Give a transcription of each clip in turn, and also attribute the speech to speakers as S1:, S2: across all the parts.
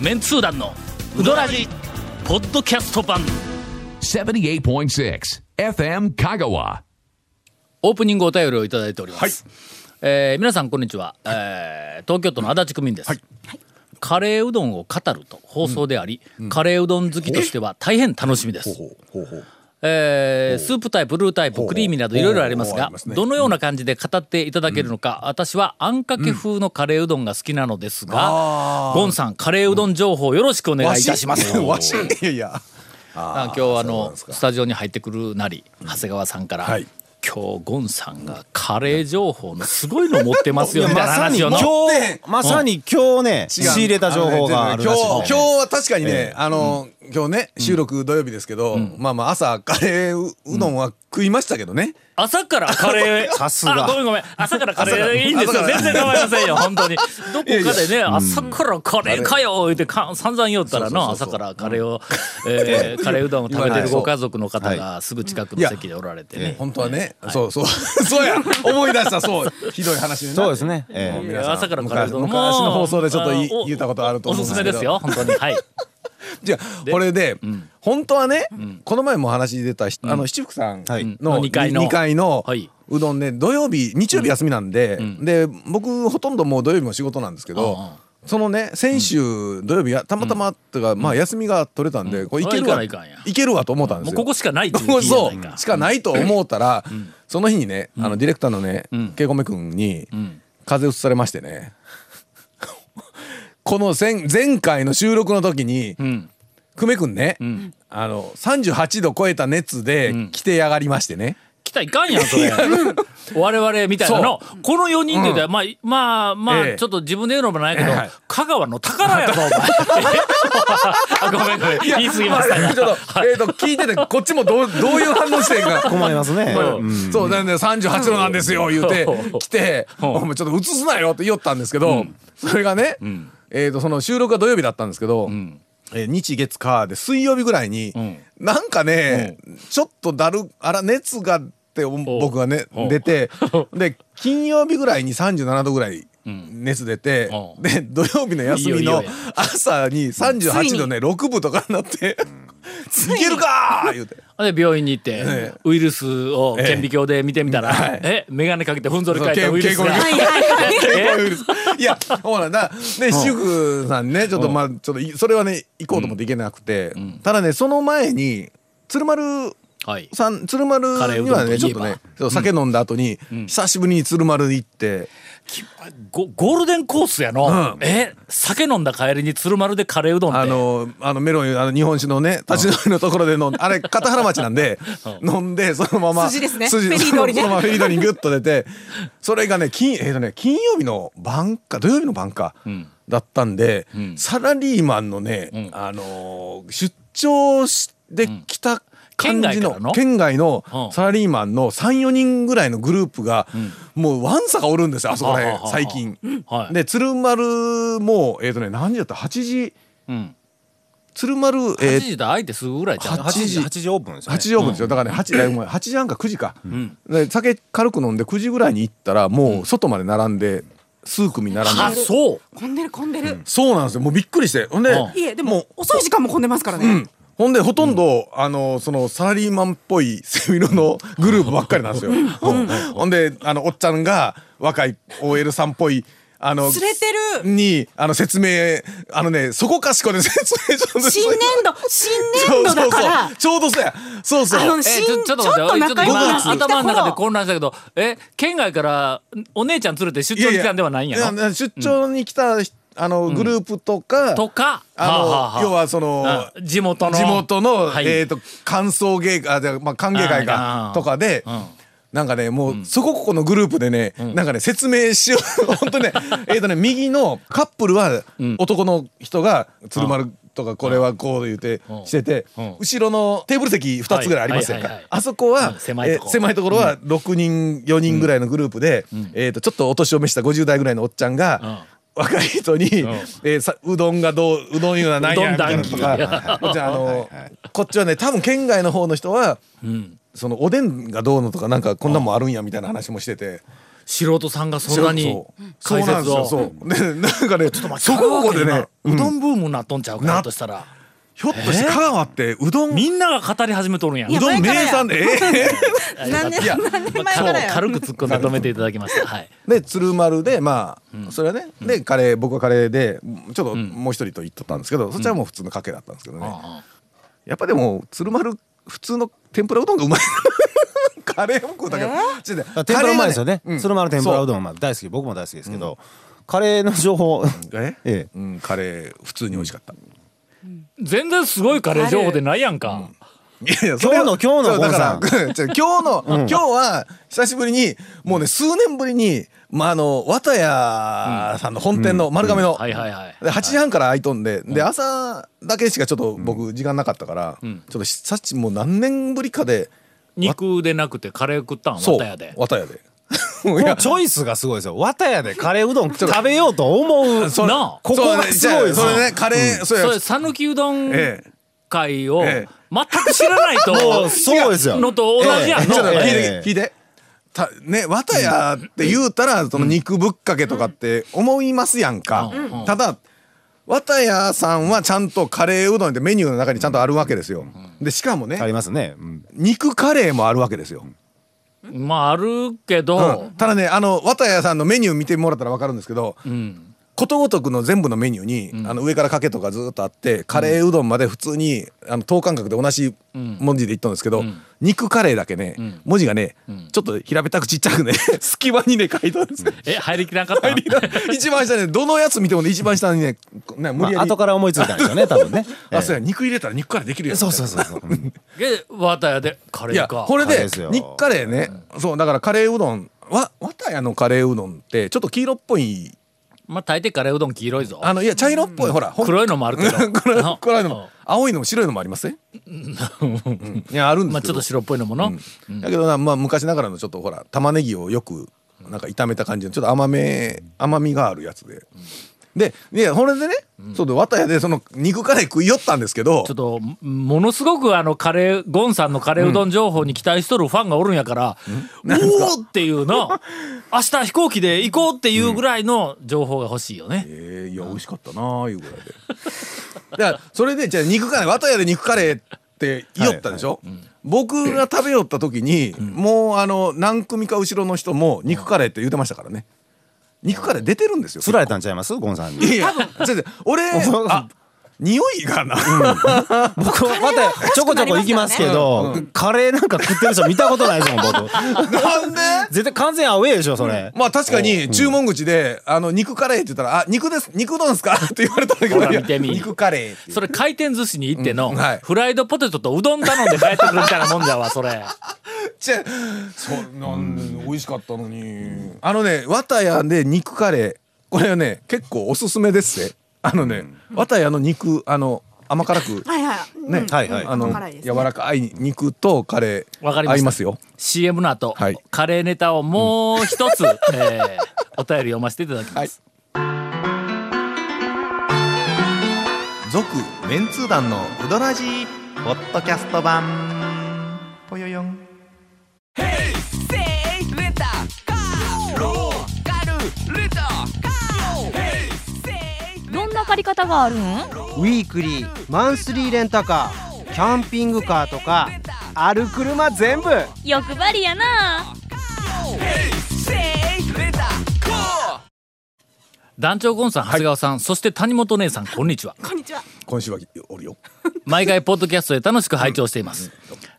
S1: メンツー団のウドラジポッドキャスト版
S2: 78.6 FM Kagawa.
S1: オープニングお便りをいただいております、えー皆さんこんにちは、えー東京都の足立区民です、カレーうどんを語ると放送であり、カレーうどん好きとしては大変楽しみですえースープタイプルータイプクリーミーなどいろいろあります
S3: ほうほう
S1: が
S3: ありますね
S1: どのような感じで語っていただけるのか、私はあんかけ風のカレーうどんが好きなのですが、ゴンさんカレーうどん情報よろしくお願いいたします、
S3: わしいやいや。
S1: あ今日あ
S3: そうなん
S1: の
S3: ですか
S1: スタジオに入ってくるなり長谷川さんから、
S3: はい
S1: 今日ゴンさんがカレー情報のすごいの持ってますよみたいな話を
S4: 今
S1: の
S4: 日、まさに今日ね、仕
S3: 違う
S4: 入れた情報があるらしいんで
S3: 今日今日は確かにね、あの、今日ね収録土曜日ですけど、まあまあ朝カレーううどんは食いましたけどね、
S1: 朝からカ レー
S4: さすが
S1: あごめんごめん朝からカレーいいんです
S3: 朝
S1: よ
S3: から
S1: 全然構いませ んよ本当にどこかでね
S3: いや
S1: 朝からカレーかよ言ってか散々言おったらな
S3: そうそうそうそう
S1: 朝からカレーを、え ーカレーうどんを食べてるご家族の方がすぐ近くの席でおられてね、
S3: 本当はね、そうそう そうや思い出したそうひどい話ね
S4: そうですね。ええ
S3: 皆さん
S1: 朝からカレーうどんも
S3: 昔昔の放送でちょっとい
S1: あのお
S3: 言ったことあると思うん
S1: お
S3: ですす
S1: す
S3: け
S1: め
S3: ど
S1: ですよ本当に はい。
S3: じゃあこれで、本当はね、この前もお話に出た、あの七福さん
S4: はい
S3: の
S1: の二階の
S3: 二階の
S1: はいう
S3: どんね土曜日日曜日休みなんで、で僕ほとんどもう土曜日も仕事なんですけど、そのね先週土曜日やたまたまとか、まあ休みが取れたんで、これいける
S1: それ
S3: わ
S1: はい
S3: い
S1: かないかんや
S3: けるわと思ったん
S1: もう
S3: ですよ。
S1: ここしかないっていう
S3: ここ
S1: 日や
S3: そ
S1: ないか
S3: うしかないと思ったら、その日にねあのディレクターのねけこめくんに風邪うつされましてね この前前回の収録の時に久米くんね、あの38度超えた熱で来てやがりましてね、
S1: 来たらいかんやん それ我々みたいなのこの4人って言うたらまあまあま
S3: え
S1: あ
S3: え
S1: ちょっと自分で言うのもないけど
S3: はい
S1: 香川の宝やぞお前 あごめんごめん言い過ぎました
S3: あ ちょっと,、えー、と聞いててこっちもどうどういう反応してんか
S4: 困りますね。
S3: そうなんで38度なんですよ言う て
S1: うん
S3: 来て「お前ちょっと映すなよ」って言おったんですけどそれがねえーとその収録が土曜日だったんですけどえー日月火で水曜日ぐらいになんかねちょっとだるあら熱がってお僕がね
S1: お
S3: 出 てで金曜日ぐらいに37度ぐらい。熱出て
S1: お
S3: で土曜日の休
S1: いいよ
S3: み
S1: いい
S3: の
S1: よ
S3: 朝に38度ね6分とかになって 「いけるか!」言うて
S1: で病院に行って
S3: え
S1: ウイルスを顕微鏡で見てみたら
S3: え
S1: え
S3: え
S1: 眼鏡かけてふんぞり返ったウイルスが
S3: そう
S5: はいはいはい。
S3: いやほらだね主婦さんねちょっとまあちょっといそれはね行こうと思って行けなくて、ただねその前に鶴丸
S1: はい
S3: さん鶴丸
S1: カレーう
S3: に
S1: ど
S3: は
S1: んといえば
S3: ねちょっとねそう酒飲んだ後に、久しぶりに鶴丸行って、
S1: ゴゴールデンコースやのえ酒飲んだ帰りに鶴丸でカレーうどんっ
S3: あ
S1: て
S3: のあのメロンあの日本酒のね立ち飲みのところで飲んであれ片原町なんで飲んでそのまま
S5: 筋ですね
S3: 筋
S5: フェリー通り
S3: そのそ
S5: ね
S3: のままフェリー通りにグッと出てそれがね金,、えーとね金曜日の晩か土曜日の晩か、だったんで、サラリーマンのね、あのー出張しで来た感じ
S1: 県外か
S3: の,、
S1: らの
S3: 県外の
S1: うん
S3: サラリーマンの34人ぐらいのグループが、もうわんさかおるんですよあそこら
S1: はははは
S3: 辺最近。
S1: はい
S3: で鶴丸もえっ、とね何時だった8時。鶴丸、
S1: 8
S3: えー、
S1: 時だ相手すぐぐらいじゃん
S4: 8時、8時オープンですよ
S3: 8
S4: ね。
S3: 時オープンですよ、だからね 8, えごめん8時半か9時か、で酒軽く飲んで9時ぐらいに行ったらもう外まで並んで数組並んで、
S1: あそう
S5: 混んでる混んでる。
S3: そうなんですよもうびっくりしてほんで、
S1: うん
S5: いえでも遅い時間も混んでますからね。
S3: ほんでほとんど、あのそのサラリーマンっぽいセミロのグループばっかりなんですよ。うんほんであのおっちゃんが若い OL さんっぽいあの
S5: 連れてる
S3: にあの説明あのねそこかしこで説明書で
S5: 新年度新年度だから。
S3: ちょうどそうやそうそう
S5: あの
S1: え
S5: 新
S1: ちょちょっと待って、
S5: ちょ
S1: 俺ちょっと
S5: っと仲良く
S1: 今
S5: なってきた頃
S1: 頭の中で混乱したけど、え、県外からお姉ちゃん連れて出張に来たんではないんやろ
S3: いや出張に来た、あのグループとか、
S1: とか、
S3: あの
S1: はあはあ
S3: 要はその
S1: あ地元の。
S3: 地元の、
S1: はい
S3: えー、と歓送迎会あじゃあまあ歓迎
S1: あ
S3: 会
S1: ー
S3: かとかで。
S1: うん
S3: なんかねもうそこここのグループでね、なんかね説明しよう 本当ねえっとね右のカップルは男の人が鶴丸とかこれはこう言って
S1: うん
S3: してて
S1: うん
S3: 後ろのテーブル席2つぐらいありますやん
S1: はいはいは
S3: か
S1: い
S3: あそこは
S1: うん狭いとこ
S3: えー狭いところは6人4人ぐらいのグループで、えー、とちょっとお年を召した50代ぐらいのおっちゃんが、若い人に、えーさうどんがどううどんいうのはないやみたいなのと
S1: うどん談
S3: かこっちはあのこっちはね多分県外の方の人は、そのおでんがどうのとかなんかこんなもんあるんやみたいな話もしてて。
S1: 素人さんがそんなに
S3: そ
S1: 解
S3: うなん
S1: 説
S3: ですよ
S1: を
S3: そうでなんかねちょっと
S1: まあ
S3: そこここで
S1: 香川
S3: ね
S1: 県今うどんブームになっとんちゃうか
S3: な
S1: なとしたら
S3: ひょっとして香川ってうどん
S1: みんなが語り始めとるんや
S5: いや
S3: うどん名産でえ
S5: 何年何年前から
S1: そう
S5: や
S1: 軽く突っ込んで止めていただきましたはい
S3: えで鶴丸でまあそれはねでカレー僕はカレーでちょっともう一人と言っとったんですけどそっちはもう普通のかけだったんですけどね
S1: あ
S3: やっぱでも鶴丸普通の天ぷらうどんがうまいカレーも食うたけどちょっとね
S4: だから天ぷらうまいですよね
S3: カレーがうん
S4: 鶴丸天ぷらうどんまあ大好き僕も大好きですけどカレーの情報
S3: そうえ
S4: ええ
S3: うんカレー普通に美味しかった
S1: 全然すごいカレー情報でないやんか
S3: いやいやそれは
S4: 今日の今日
S3: そ
S4: の
S3: うだから
S4: ゴ
S3: ちょ今日の、今日は久しぶりにもうね数年ぶりにまああの綿谷さんの本店の丸亀の、
S1: はいはいはい
S3: で8時半から開いとんで、で朝だけしかちょっと僕時間なかったから、ちょっと久しもう何年ぶりかで
S1: 肉でなくてカレー食ったんは
S3: そう
S1: 綿屋で
S3: 綿谷で
S4: こ
S3: い
S4: の
S3: や
S4: チョイスがすごいですよ綿屋でカレーうどん食べようと思 う
S1: それなあ
S4: ここがすごいです
S3: そ
S4: よ
S3: うねじゃあそれねカレー、そうや
S1: それ讃岐うどん
S3: ええ
S1: 会を全
S3: ええ
S1: く知らないと
S4: もうそうですよ
S1: のと同じやんの
S3: ちょっと聞い
S4: え
S3: て
S4: え
S3: 聞いて。たね、綿屋って言うたら、その肉ぶっかけとかって思いますやんか、
S1: うん
S3: ただ綿屋さんはちゃんとカレーうどんってメニューの中にちゃんとあるわけですよ、でしかも
S4: あり
S3: ね
S4: ますねうん
S3: 肉カレーもあるわけですよ、
S1: まああるけど
S3: うんただねあの綿屋さんのメニュー見てもらったら分かるんですけど、
S1: うん
S3: ことごとくの全部のメニューに、あの上からかけとかずっとあってカレーうどんまで普通にあの等間隔で同じ文字で言ったんですけど、肉カレーだけね、文字がね、ちょっと平べったくちっちゃくね 隙間にね書いてあるんですよ。
S1: え入りきらんかった
S3: 一番下ねどのやつ見てもね一番下にねね無
S4: ま
S3: 理や
S4: あ
S3: り、
S4: 後から思いついたんですよね多分 ね
S3: あそうや肉入れたら肉カレーできる
S4: え
S3: やん
S4: えそうそうそうそううん
S1: で綿屋でカレ
S3: い
S1: ー
S3: や
S1: か
S3: これ
S4: カレー
S3: で
S4: ですよ
S3: 肉カレーね、そうだからカレーうどんわ綿屋のカレーうどんってちょっと黄色っぽい
S1: まあ大抵カレーうどん黄色いぞ
S3: あのいや茶色っぽい、ほらほん
S1: 黒いのもあるけど
S3: 黒
S1: ない
S3: 黒いのも青いのも白いのもありますね、うんいやあるんで
S1: ますあ
S3: け
S1: ちょ
S3: ど、
S1: っと白っぽいのもの
S3: だけどな、まあ、昔ながらのちょっとほら玉ねぎをよくなんか炒めた感じのちょっと甘め甘みがあるやつで、でいやこれでね、そうで綿屋でその肉カレー食いよったんですけど
S1: ちょっとものすごくあのカレーゴンさんのカレーうどん情報に期待しとるファンがおるんやから、おおっていうの 明日飛行機で行こうっていうぐらいの情報が欲しいよね、
S3: えー、いや美味しかったなあいうぐらいでだからそれでじゃあ肉カレー綿屋で肉カレーって言いよったでしょ、僕が食べよった時に、もうあの何組か後ろの人も肉カレーって言うてましたからね肉カレー出てるんですよ
S4: 釣られたんちゃいますゴンさんに
S3: いや違う違う俺あ匂いがな、
S4: 僕はまたちょこちょこ行きますけどカレーなんか食ってる人見たことないですもん僕
S3: なんで
S4: 絶対完全アウェーでしょそれ
S3: まあ確かに注文口で「あの肉カレー」って言ったら「あ肉です肉丼ですか?」 って言われたんだけ
S1: ほ
S3: ど
S1: ら
S3: いや
S1: 見てみ
S3: 肉カレー」っていう
S1: それ回転寿司に行っての、
S3: うんはい
S1: フライドポテトとうどん頼んで帰ってくるみたいなもんじゃわそれ
S3: ちゃそなんで美味しかったのにあのね綿屋で肉カレーこれはね結構おすすめですねあのね、綿屋の肉あの甘辛く
S5: はいはいうん
S3: ね、
S4: はいはい
S3: あの
S5: 辛いです
S3: 柔
S5: ね
S3: らかい肉とカレ
S1: わかり
S3: ー
S1: ました
S3: 合いますよ
S1: CM の後、
S3: はい
S1: カレーネタをもう一つ、えーお便り読ませていただきます、
S3: 続
S6: メンツー団のウドラジーポッドキャスト版ぽよよん
S7: どんな借り方があるん
S8: ウィークリーマンスリーレンタカーキャンピングカーとかある車全部
S7: 欲張りやな
S1: 団長ゴンさん長谷川さん、そして谷本姉さんこんにちは
S5: こんにちは
S3: 今週はおるよ
S1: 毎回ポッドキャストで楽しく拝聴しています、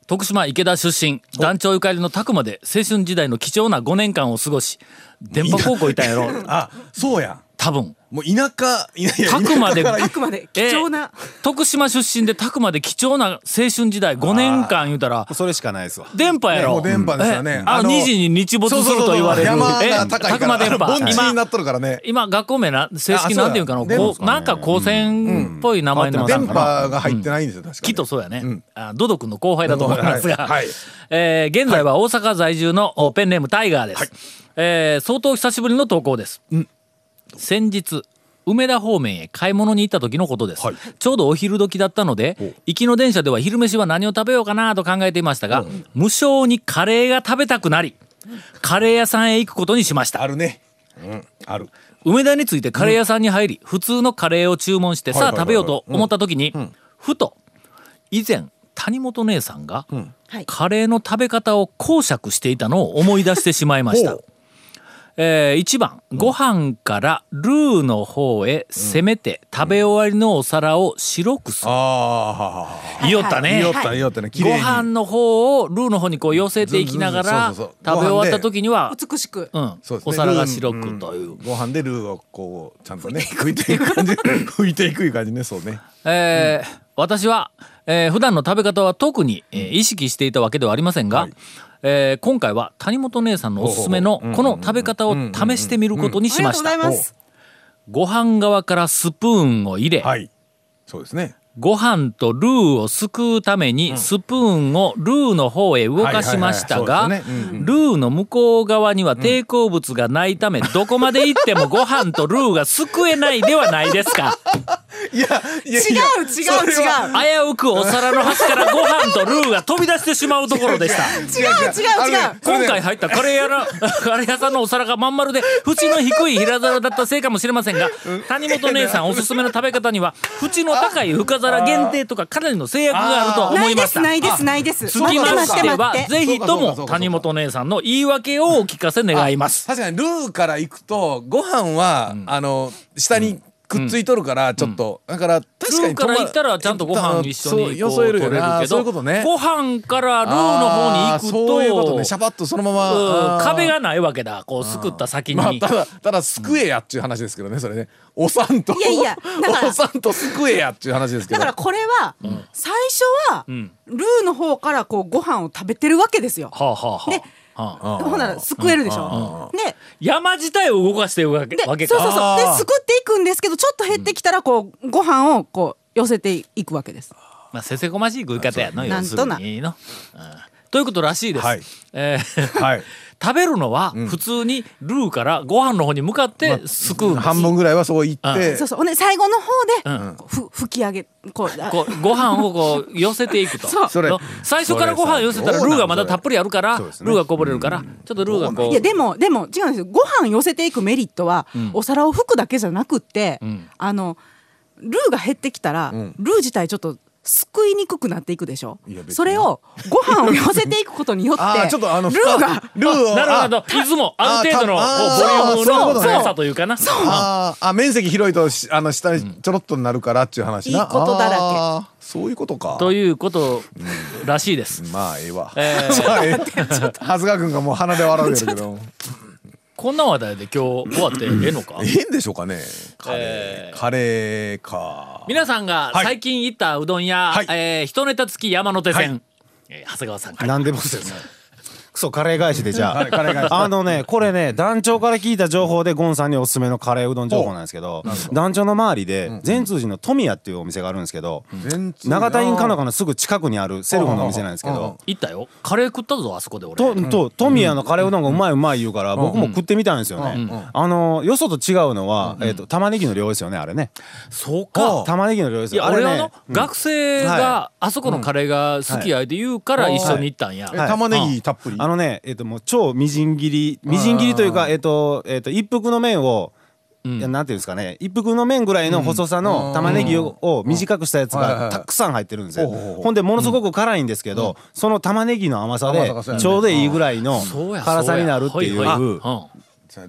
S1: 徳島池田出身団長ゆかりの拓まで青春時代の貴重な5年間を過ごし電波高校いたんやろ
S3: あそうや
S1: 多分
S3: もう田舎いやいや
S1: 拓まで
S5: あくまで貴重な、
S1: ええ徳島出身で拓まで貴重な青春時代5年間言うたら
S4: それしかないですわ
S1: 電波やろ、
S3: ねもう電波ですよね
S1: ええあ
S3: あ
S1: の
S3: の
S1: 2時に日没す
S3: そう
S1: る
S3: そうそ
S1: と
S3: う
S1: 言われる
S3: 山
S1: ええ
S3: が高いから
S1: 拓ま電波
S3: あの盆地にな
S1: 今
S3: っとるからね
S1: 今学校名な正式なんていうんかな
S3: あそうだ
S1: こうなんか高専っぽい名前になったんかな、
S3: 電波が入ってないんですよ確か
S1: きっ
S3: に
S1: とそうやね、あドド君の後輩だと思いますが、
S3: はいはい
S1: えー現在は大阪在住のおペンネームタイガーです、えー相当久しぶりの投稿です、先日梅田方面へ買い物に行った時のことです、ちょうどお昼時だったので行きの電車では昼飯は何を食べようかなと考えていましたが、無性にカレーが食べたくなり、カレー屋さんへ行くことにしました
S3: あるねうんある
S1: 梅田についてカレー屋さんに入り、普通のカレーを注文して、
S3: はいはいはい
S1: さあ食べようと思った時に、ふと以前谷本姉さんが、
S5: はい
S1: カレーの食べ方を講釈していたのを思い出してしまいました
S3: ほう。
S1: えー、1番ご飯からルーの方へ攻めて食べ終わりのお皿を白くす
S3: あ
S1: る、
S3: あははは
S1: 言いよった
S3: は
S1: ね
S3: いよったいよったね綺
S1: ご
S3: 麗に
S1: 飯の方をルーの方にこう寄せていきながら
S3: ずんずんずんそう
S1: 食
S3: そう
S1: べ
S3: そう
S1: 終わった時には、
S5: 美しく
S1: うん
S3: そうですね
S1: お皿が白くという、
S3: ルーご飯でルーをこうちゃんと ね拭いていく感じ拭いていくいう感じねそうね
S1: えー私は、えー普段の食べ方は特に、えー意識していたわけではありませんが、えー今回は谷本姉さんのおすすめのこの食べ方を試してみることに
S5: あ
S1: し
S5: りが
S1: ま
S5: と
S1: し
S5: うござい
S1: た
S5: ます
S1: ご飯側からスプーンを入れ、
S3: はいそうですね
S1: ご飯とルーをすくうためにスプーンをルーの方へ動かしました
S3: は
S1: が
S3: いはい
S1: ル
S3: はいそうですねうんうん
S1: ーの向こう側には抵抗物がないためどこまで行ってもご飯とルーがすくえないではないですか。
S3: いやいや
S5: 違
S3: いや
S5: う違う違う
S1: 危うくお皿の端からご飯とルーが飛び出してしまうところで した。
S5: 違う違う違う
S1: 今回入ったカレー屋の カレー屋さんのお皿がまん丸で縁の低い平皿だったせいかもしれませんが谷本姉さんおすすめの食べ方には縁の高い深皿限定とかかなりの制約があると思
S5: ないい
S1: ま
S5: で
S1: し
S5: す
S1: た。
S5: ないですないです
S1: つきましては
S5: 待って待って
S1: ぜひと
S3: そうかそうかそ
S1: も
S3: うか
S1: 谷本姉さんの言い訳をお聞かせ願います。
S3: 確かにルーから行くとご飯は、あの下にくっついとるからちょっと、だから確か
S1: ルー
S3: に
S1: から行ったらちゃんとご飯一緒にこう
S3: よそえるよ
S1: 取れ
S3: な
S1: るけ
S3: そうい
S1: ど
S3: うことね
S1: ご飯からルーの方に行くと
S3: そういうことねシャバッとそのまま
S1: う
S3: あ
S1: ん
S3: ー
S1: 壁がないわけだこうすくった先に、
S3: まあただただ救えやっちゅう話ですけどねそれねおさんと
S5: いやいやだから
S3: おさんと救えやっちゅう話ですけ
S5: だ
S3: ど
S5: からこれは最初はルーの方からこうご飯を食べてるわけですよ
S1: はあはあはあ
S5: で
S1: はあ
S5: ほんならすくえるでしょね
S1: 山自体を動かしてるわけ
S5: でそ
S1: わ
S5: うそ
S1: け
S5: う
S1: か
S5: そうですくっていくんですけどちょっと減ってきたらこうご飯をこう寄せていくわけです
S1: まあ、せせこましい食い方やの
S5: そう
S1: 要するにの、うんということらしいです、
S3: はい
S1: えー
S3: はい
S1: 食べるのは普通にルーからご飯の方に向かってすくうんです、
S3: 半分ぐらいはそう言って
S5: そうそうほんで最後の方でこうふ吹き上げこうあ
S1: こうご飯をこう寄せていくと
S5: そう
S3: それ
S1: の最初からご飯寄せたら
S3: そ
S1: ル
S3: れ
S1: ーがまだたっぷりあるから、
S3: そうですね
S1: ルーがこぼれるからちょっとルーがこう
S5: いやでもでも違うんですよご飯寄せていくメリットは、お皿を拭くだけじゃなくって、あのルーが減ってきたら、ルー自体ちょっとすくいにくくなっていくでしょ
S3: いや別に
S5: それをご飯を寄せていくことによっ て
S3: あーちょっとあの
S5: ルーが
S3: ルーを
S1: なるほどいつもある程度のこ
S3: あ
S1: うボリュームの
S5: そうそうそう
S1: 重さというかな
S3: あーあ面積広いとしあの下にちょろっとになるからっちゅう話ない
S5: いことだらけ
S3: あーそういうことか
S1: ということらしいです、
S3: まあええわ、
S1: えー
S3: まあええ長谷川君がもう鼻で笑うやるけど
S1: こんな話題で今日終わってええのか
S3: ええんでしょうかねカレー、
S1: え
S3: カレーか
S1: 皆さんが
S3: はい
S1: 最近行ったうどん屋、
S3: はい
S1: えー一ネタ付き山手線、
S3: はい
S1: えー長谷川さんから
S4: なんでもそうですよクソカレー返しでじゃ
S3: カレー返し
S4: ああのねこれね団長から聞いた情報でゴンさんにおすすめのカレーうどん情報なんですけど団長の周りで善通寺の富谷っていうお店があるんですけど
S3: 善通寺
S4: 永田院かのかのすぐ近くにあるセルフのお店なんですけ
S3: うんうんうん
S4: ど
S1: 行ったよカレー食ったぞあそこで俺
S4: とと富谷のカレーうどんがうまいうまい言うから僕も食ってみたんですよねあのよそと違うのはえーと玉ねぎの量ですよねあれね
S1: そう
S4: あ
S1: か
S4: 玉ねぎの量です
S1: い
S4: よ
S1: や
S4: あ
S1: 俺
S4: れ
S1: は
S4: ね
S1: の、学生があそこのカレーが好きやで言うから一緒に行ったんや、
S3: え玉ねぎたっぷり、
S4: あのね、えっともう超みじん切り、みじん切りというか、えっと、えっと一服の麺を。いやなんていうんですかね一服の麺ぐらいの細さの玉ねぎをを短くしたやつ
S3: はいはいは
S4: が
S3: い
S4: たくさん入ってるんですよ
S3: ほうほうほう
S4: ほんでものすごく辛いんですけどその玉ねぎの甘さで
S3: 甘さがそうやね
S4: ちょうどいいぐらいの
S1: そうや
S4: 辛さになるってい
S1: そうやほいほいううん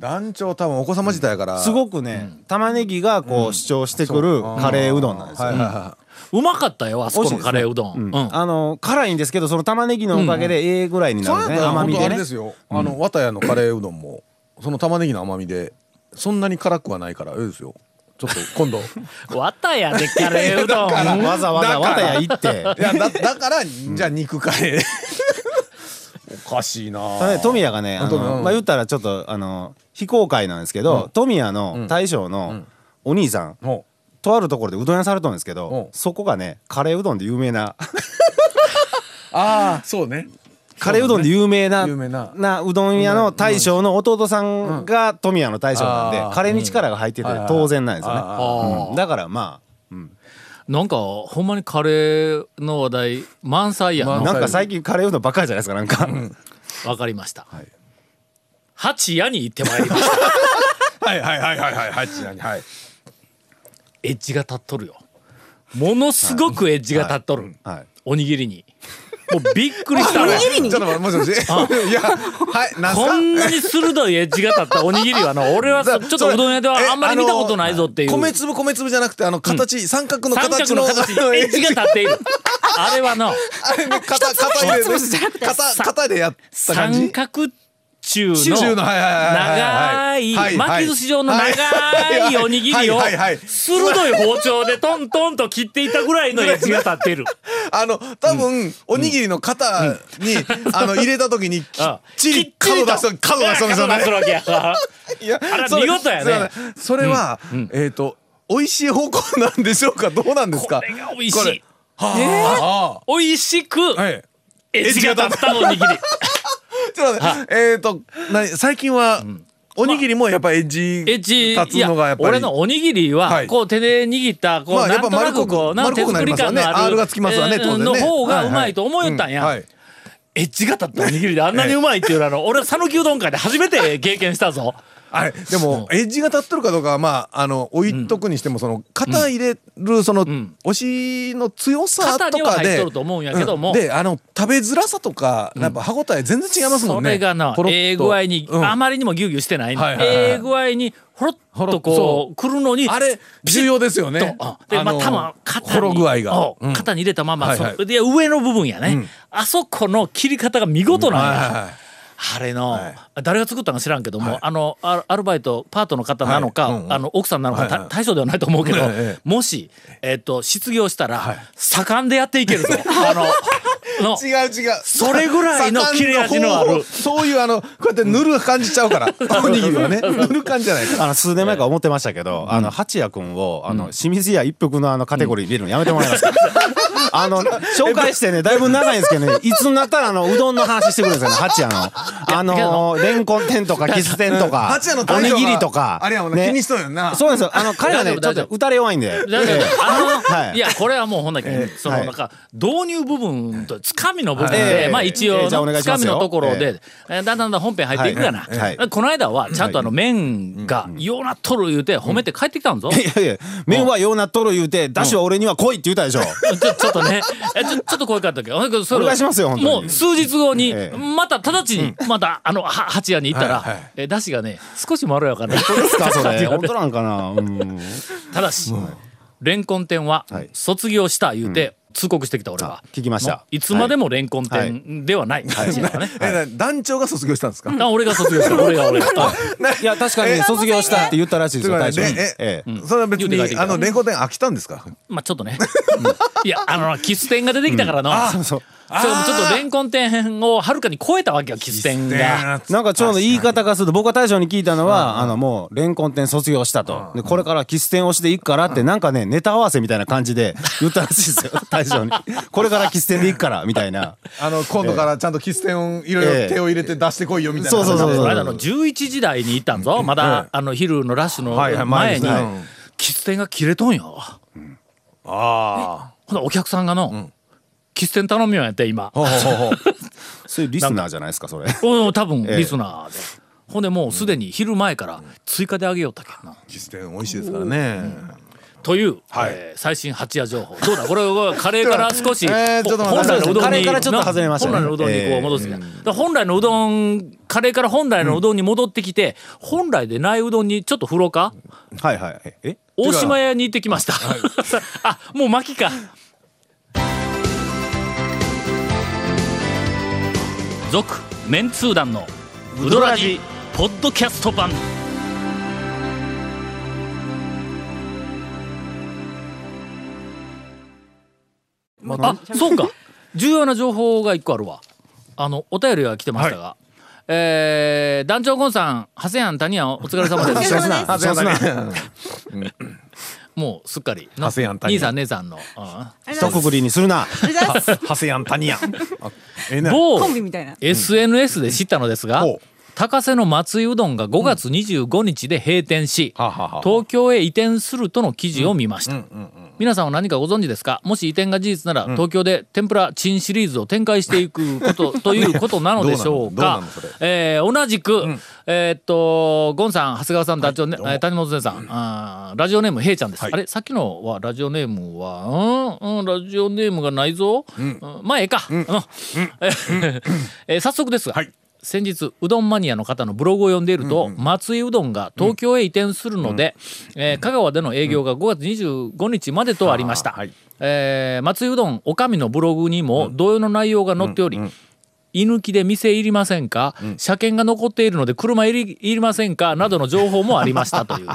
S3: 団長多分お子様自体やから
S4: すごくね玉ねぎがこう主張してくるカレーうどんなんですよ
S3: はいはいは
S1: うまかったよあそこのカレーうどん、
S4: うん
S1: うん
S4: あの辛いんですけどその玉ねぎのおかげでええぐらいに
S3: い
S4: な
S3: そ
S4: るん
S3: れ
S4: です
S3: だ
S4: ね甘み
S3: 本当
S4: で
S3: あれ
S4: ね
S3: ですよ、あの綿谷のカレーうどんもその玉ねぎの甘みでそんなに辛くはないからええですよちょっと今 度
S1: わたやでカレーう どん
S4: わざわざわたや行って
S3: いやだだからじゃあ肉カレーおかしいな
S4: ただね富谷がねあ
S3: 富谷う
S4: の、
S3: ん
S4: まあ、言ったらちょっとあの非公開なんですけど、富谷の大将のお兄さん、
S3: ほ
S4: とあるところでうどん屋されとるんですけど、
S3: うん
S4: そこがねカレーうどんで有名な
S3: うああそうね
S4: カレーうどんで有名な,、
S3: 有名な
S4: うどん屋の大将の弟さんが富谷の大将なんで、
S3: あー
S4: カレーに力が入ってて
S3: はいはい
S4: 当然なんですよね、
S3: あ
S1: あ
S4: うんだからま
S1: なんかほんまにカレーの話題満載や
S4: あ
S1: な
S4: なんか最近カレーうどんばっかりじゃないですかなんか、
S1: わかりました、八夜に行ってまいりま した
S3: はいはいはいはいはいはいちなみにはい
S1: エッジが立っとるよものすごくエッジが立っとる、
S4: はい
S1: おにぎりにもうびっくりした わ
S3: ちょっと待ってもしもし いやはいなんすか
S1: こんなに鋭いエッジが立ったおにぎりはな俺はそ
S3: だ
S1: ちょっとうどん屋ではあんまり見たことないぞっていう
S3: それえあの米粒米粒じゃなくてあの形、三角の
S1: 三
S3: 形
S1: 角の
S3: の
S1: 形にエッジが立っているあれはの
S3: あれの型型で、
S5: 一つじゃなくて
S3: 型型でやった感じ
S1: 三角中の
S3: シュシュのはいはい
S1: 長
S3: はいいはいはいはい
S1: 巻き寿司状の長いおにぎりを
S3: はいはいはい
S1: 鋭い包丁でトントンと切っていたぐらいのエッジが立っている
S3: あの多分、おにぎりの型に、あの入れた時にきっ
S1: あ
S3: ちり角出した角出したんですよ
S1: 角
S3: ね
S1: 出すわけや
S3: いや
S1: あら
S3: それ
S1: 見事やね
S3: そうそれは、えっ、と美味しい方向なんでしょうかどうなんですか
S1: これが美味し
S3: これ
S1: い
S3: は
S1: 美味しく
S3: あ、はい
S1: エッジが立ったおにぎり
S3: ちょっと待ってえっ、となに最近は、おにぎりもやっぱエッジ
S1: エッジ
S3: 立つのがやっぱり
S1: 俺のおにぎり
S3: は
S1: はいこう手で握ったこう
S3: まあ
S1: な
S3: や
S1: ん
S3: っ
S1: と
S3: ぱ
S1: なくこうな
S3: 丸っ
S1: 手
S3: こく
S1: 作り感の
S3: 丸っこくなりますわね
S1: ある
S3: R がつきますわね
S1: うん
S3: 当然ね
S1: の方がうまいと思
S3: はいい
S1: よったん
S3: は
S1: や
S3: い
S1: エッジが立ったおにぎりであんなにうまいっていうのはあの俺は讃岐うどん会で初めて経験したぞ
S3: あれでもエッジが立ってるかどうかはまああの置いとくにしてもその肩入れるその
S1: ん
S3: 押しの強さ
S1: 肩
S3: と
S1: には
S3: か
S1: 入っ
S3: で
S1: とると思うんやけども
S3: うんであの食べづらさとかやっぱ歯ごたえ全然違いますも
S1: そ
S3: んね
S1: れがな
S3: ポロッと
S1: ええ具合に
S3: うん
S1: あまりにもギュウギュウしてないの
S3: はいはいはい
S1: ええ具合にほろ
S3: ほ
S1: っ
S3: ろ
S1: と
S3: っとそ
S1: こうくるのに
S3: あれ重要ですよね
S1: とで、まあ、たま、肩に。
S3: ほろ具合が
S1: おう肩に入れたまま、
S3: はい
S1: そ
S3: はい
S1: れで、上の部分やね、あそこの切り方が見事なんや。
S3: はいはいはい
S1: あれの、
S3: はい
S1: 誰が作ったのか知らんけども、あのアルアルバイトパートの方なのか、
S3: はいうんうん
S1: あの奥さんなのか、
S3: はいはい
S1: た大将ではないと思うけど、
S3: ええええ
S1: もし、えっと失業したら、
S3: はい
S1: 盛んでやっていける ぞあのの
S3: 違う違う
S1: それぐらいの切れ味のある
S3: 盛んな方法そういうあのこうやって塗る感じちゃうからおにぎりはね塗る感じじゃないから
S4: あの数年前から思ってましたけど、あの八谷君をあの清水屋一服のあのカテゴリーに入れるのやめてもらえますか。 あの紹介してねだいぶ長いんですけどね、いつになったらあのうどんの話してくるんですよね八谷の。あのレンコン店とかキス店とか
S3: 八谷の
S4: お
S3: 大将が
S4: にぎりとか。
S3: あれやもんな気にしとんやんな
S4: そうなんですよ。あの彼はね
S1: 大
S4: ち
S1: 丈夫
S4: ょっと打たれ弱いんで。
S1: だけど
S4: ええ
S1: あの、
S4: はい
S1: い、やこれはもうほんだけ、
S4: ええ
S1: その
S4: はい
S1: なんか導入部分とつかみの部分で、
S4: ええ
S1: まあ一応
S4: ええじゃあお
S1: の
S4: 願い
S1: つ
S4: し
S1: か
S4: ます
S1: み
S4: よ
S1: のところで、えーだんだんだん本編入っていくがな、
S4: はいはいはい
S1: この間はちゃんとあの麺がようなっとる言うて褒めて帰ってきたんぞ、
S4: いやいや麺はようなっとる言うてだしは俺には来いって言ったでしょ。
S1: ちょちょっとねえちょちょっと声かけたけどほんでそれ
S4: お願いしますよ本当に
S1: もう数日後に
S4: ええ
S1: また直ちにまたあのは八屋に行ったら、
S3: はいはい
S1: えだしがね少しまろやかな本
S4: どうですかそ れ。本当なんかな。うん
S1: ただし、レンコン店は
S4: はい
S1: 卒業した言うて通告してきた俺は
S4: あ。聞きました
S1: もういつまでもレンコン店ではない感 じだからね。
S3: えな団長が卒業したんですか
S1: あ俺が卒業した俺が俺が。
S4: いや確かに卒業したって言ったらしいですよ大
S3: ね
S4: 将に。え
S3: え
S4: え
S3: それは別
S1: 言うて帰ってき
S3: に
S1: た
S3: あの連行店飽きたんですか
S1: まあちょっとね。いやあのキス店が出てきたからの。そう
S4: そう
S1: ちょっとレンコン店をはるかに超えたわけよキス店が。
S4: なんかちょうど言い方がすると僕は大将に聞いたのはあのもうレンコン店卒業したとでこれからキス店をしていくからってなんかねネタ合わせみたいな感じで 言ったらしいですよ大将にこれからキス店で行くからみたいな
S3: あの今度からちゃんと喫煙をいろい
S4: ええ
S3: ろ手を入れて出してこいよみたいな
S4: そうそう
S1: こ
S4: そう
S1: の間の11時台に行ったんぞまだあの昼のラッシュの
S3: はいはい
S1: 前
S3: 前で
S1: に
S3: すね
S1: キス店が切れとんよ。
S3: あ
S1: ほなお客さんがのキス店頼みようやって今。
S3: あほうほうほうほう
S4: そういうリスナーじゃないですかそれ
S1: うん多分
S4: ええ
S1: リスナーで、ほんでもうすでに昼前から追加であげようったけどな、
S3: 喫煙美味しいですからね
S1: という、
S3: はい
S1: えー最新八夜情報どうだこれはカレーから少し、
S3: えーちょっと待
S1: 本
S3: って
S1: 来のうどんに
S4: カレーからちょっと外れましたね
S1: 本来のうどんにこ
S4: え
S1: う
S4: え
S1: 戻すやん、だから本来のうどんカレーから本来のうどんに戻ってきて、本来でないうどんにちょっと風呂か
S4: はいはいえ
S1: 大島屋に行ってきました、 あもう巻きか続メンツー団のウドラジポッドキャスト版あそうか重要な情報が一個あるわあのお便りが来てましたが、えー団長ゴンさん長谷庵谷庵お疲れ様です
S5: お疲れ様です
S3: あそうですね
S1: もうすっかりな
S3: ハセヤン谷
S1: 兄さん姉さんの、う
S5: ありがと
S4: 一
S5: うござ
S4: 括
S5: います
S4: りにするな
S5: ありがとうございます
S3: ハセヤンタニヤンあ ええ
S1: ん
S3: ね
S1: 某
S5: コンビみたいな
S1: SNS で知ったのですが、
S3: ほう
S1: 高瀬の松井うどんが5月25日で閉店し、
S3: はあはあはあ
S1: 東京へ移転するとの記事を見ました、皆さんは何かご存知ですかもし移転が事実なら、東京で天ぷらチンシリーズを展開していくことということなのでしょう
S3: どうな
S1: か
S3: のどうなのそれ
S1: えー同じく、えーっとゴンさん長谷川さんダチョウね、えー谷本先さんあーラジオネームヘイちゃんです、あれさっきのはラジオネームはうん、うん、ラジオネームがないぞ、うん、まあええか、うんえーえー早速ですが、先日うどんマニアの方のブログを読んでいると、松井うどんが東京へ移転するので、えー香川での営業が5月25日までとありました、えー松井うどんおかみのブログにも同様の内容が載っており、居抜きで店いりませんか、車検が残っているので車いりいりませんかなどの情報もありました という、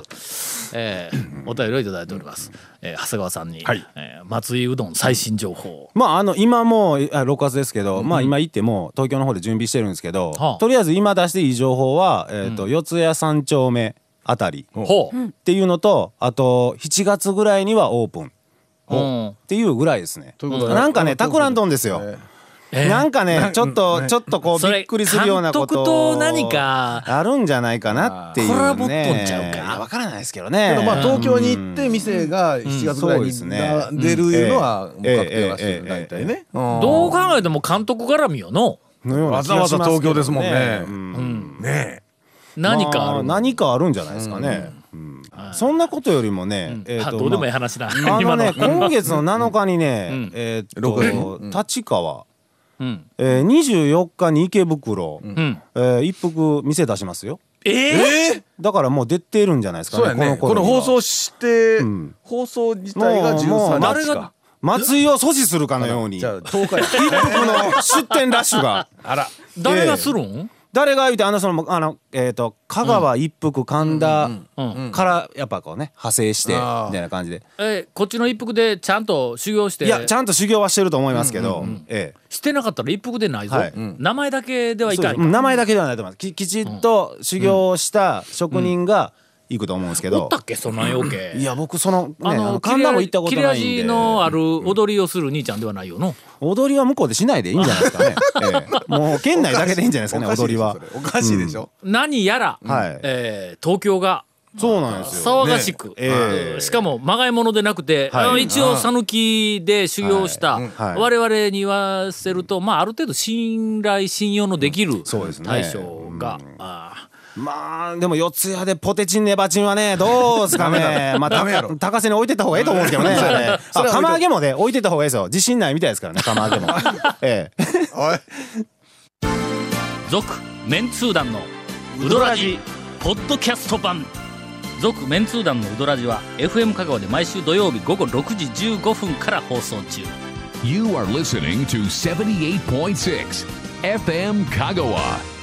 S1: えーお便りをいただいております、えー長谷川さんに、えー松井うどん最新情報を
S4: まあ、あの今もうあ6月ですけど、まあ、今行ってもう東京の方で準備してるんですけど、
S1: はあ
S4: とりあえず今出していい情報は、えーと四谷三丁目あたりっ
S1: ほう、うん
S4: ていうのとあと7月ぐらいにはオープンっていうぐらいですね。
S3: いうことは
S4: なんかねたくらんとんですよ。
S1: えー
S4: なんかねちょっと、ちょっとこう
S1: それ
S4: びっくりするようなこと
S1: 監督と何か
S4: あるんじゃないかなっていうね。
S1: コラボっとんちゃうか
S4: いやわからないですけどね。
S3: けどまあ東京に行って店が7月ぐらい
S4: そうで
S3: に
S4: す
S3: な
S4: ね
S3: 出るいうのはもう
S4: ええ
S3: 確定らしい
S4: え
S3: よ
S4: え
S3: 大体ね。うん
S1: どう考えても監督絡みよの
S4: のような
S3: わ
S4: 気
S3: ざ
S4: が
S3: わ
S4: し
S3: ざ
S4: ます
S3: 東
S4: けど
S3: 京ですもんね。ね
S1: 何かあ
S4: ま
S1: る、
S4: 何かあるんじゃないですかね、うんそんなことよりもね、えー
S1: あ
S4: と
S1: どうでもいい
S4: まあ
S1: 話だ、
S4: あの
S1: 今の
S4: ね、今月の7日にね、
S1: ん
S4: えーっ
S3: 六月
S4: と、立川、
S1: うん
S4: えー、24日に池袋、
S1: ん
S4: えー一服店出しますよ
S1: え
S3: え。
S1: ー
S3: ええ
S4: だからもう出てるんじゃないですか
S3: そうや
S4: ね
S3: ね。こ
S4: 頃
S3: の
S4: には
S3: 放送して
S4: ん
S3: 放送自体が
S4: もうもう
S3: 13日
S4: が
S3: か。
S4: 松井を阻止するかのように
S3: じゃあ
S4: 一
S3: 10日や。
S4: 服の出店ラッシ ュが
S3: あら。
S1: 誰がするん、
S4: 誰が言うてあのそのあのえーっと香川一服神田
S1: うん
S4: からやっぱこうね派生してみ
S3: あー
S4: たいな感じで
S1: えーこっちの一服でちゃんと修行して
S4: いやちゃんと修行はしてると思いますけど、ええ
S1: してなかったら一服でないぞ、
S4: はい
S1: 名前だけではい
S4: そう
S1: か
S4: で
S1: ん
S4: す名前だけではないと思いますききちっと修行をした職人が行くと思うんですけ
S1: お
S4: ど
S1: った、っけそんなんよけ
S4: いや僕その,、ね、あの
S1: 切
S4: 神
S1: れ
S4: 田も行ったことない
S1: 切れ味
S4: んで
S1: のある踊りをする兄ちゃんではないよの、
S4: 踊りは向こうでしないでいいんじゃないで すかね、ええもう県内だけでいいんじゃないですかね
S3: おかしい
S4: 踊りは
S3: でしょそれおかしいでしょ。
S1: 何やら、
S4: はい
S1: えー東京が
S4: そうなんですよ
S1: 騒がしく、
S4: ええ
S1: しかもまがいものでなくて、
S4: はい
S1: あの一応讃岐で修行した、
S4: はい
S1: 我々に言わせると、まあ、ある程度信頼信用のできる
S4: そうですね
S1: 大将が、あ
S4: まあでも四谷でポテチンネバチンはねどうですかね まあ
S3: ダメやろ
S4: 高瀬に置いてった方がいいと思うんですけどねあれ
S3: それは置いと
S4: あ釜揚げもね置いてった方がいいですよ自信ないみたいですからね釜 揚げもええ
S3: おい。
S1: ー続メンツー団のウドラジポッドキャスト版続メンツー団のウドラジは FM 香川で毎週土曜日午後6時15分から放送中
S2: You are listening to 78.6 FM Kagawa.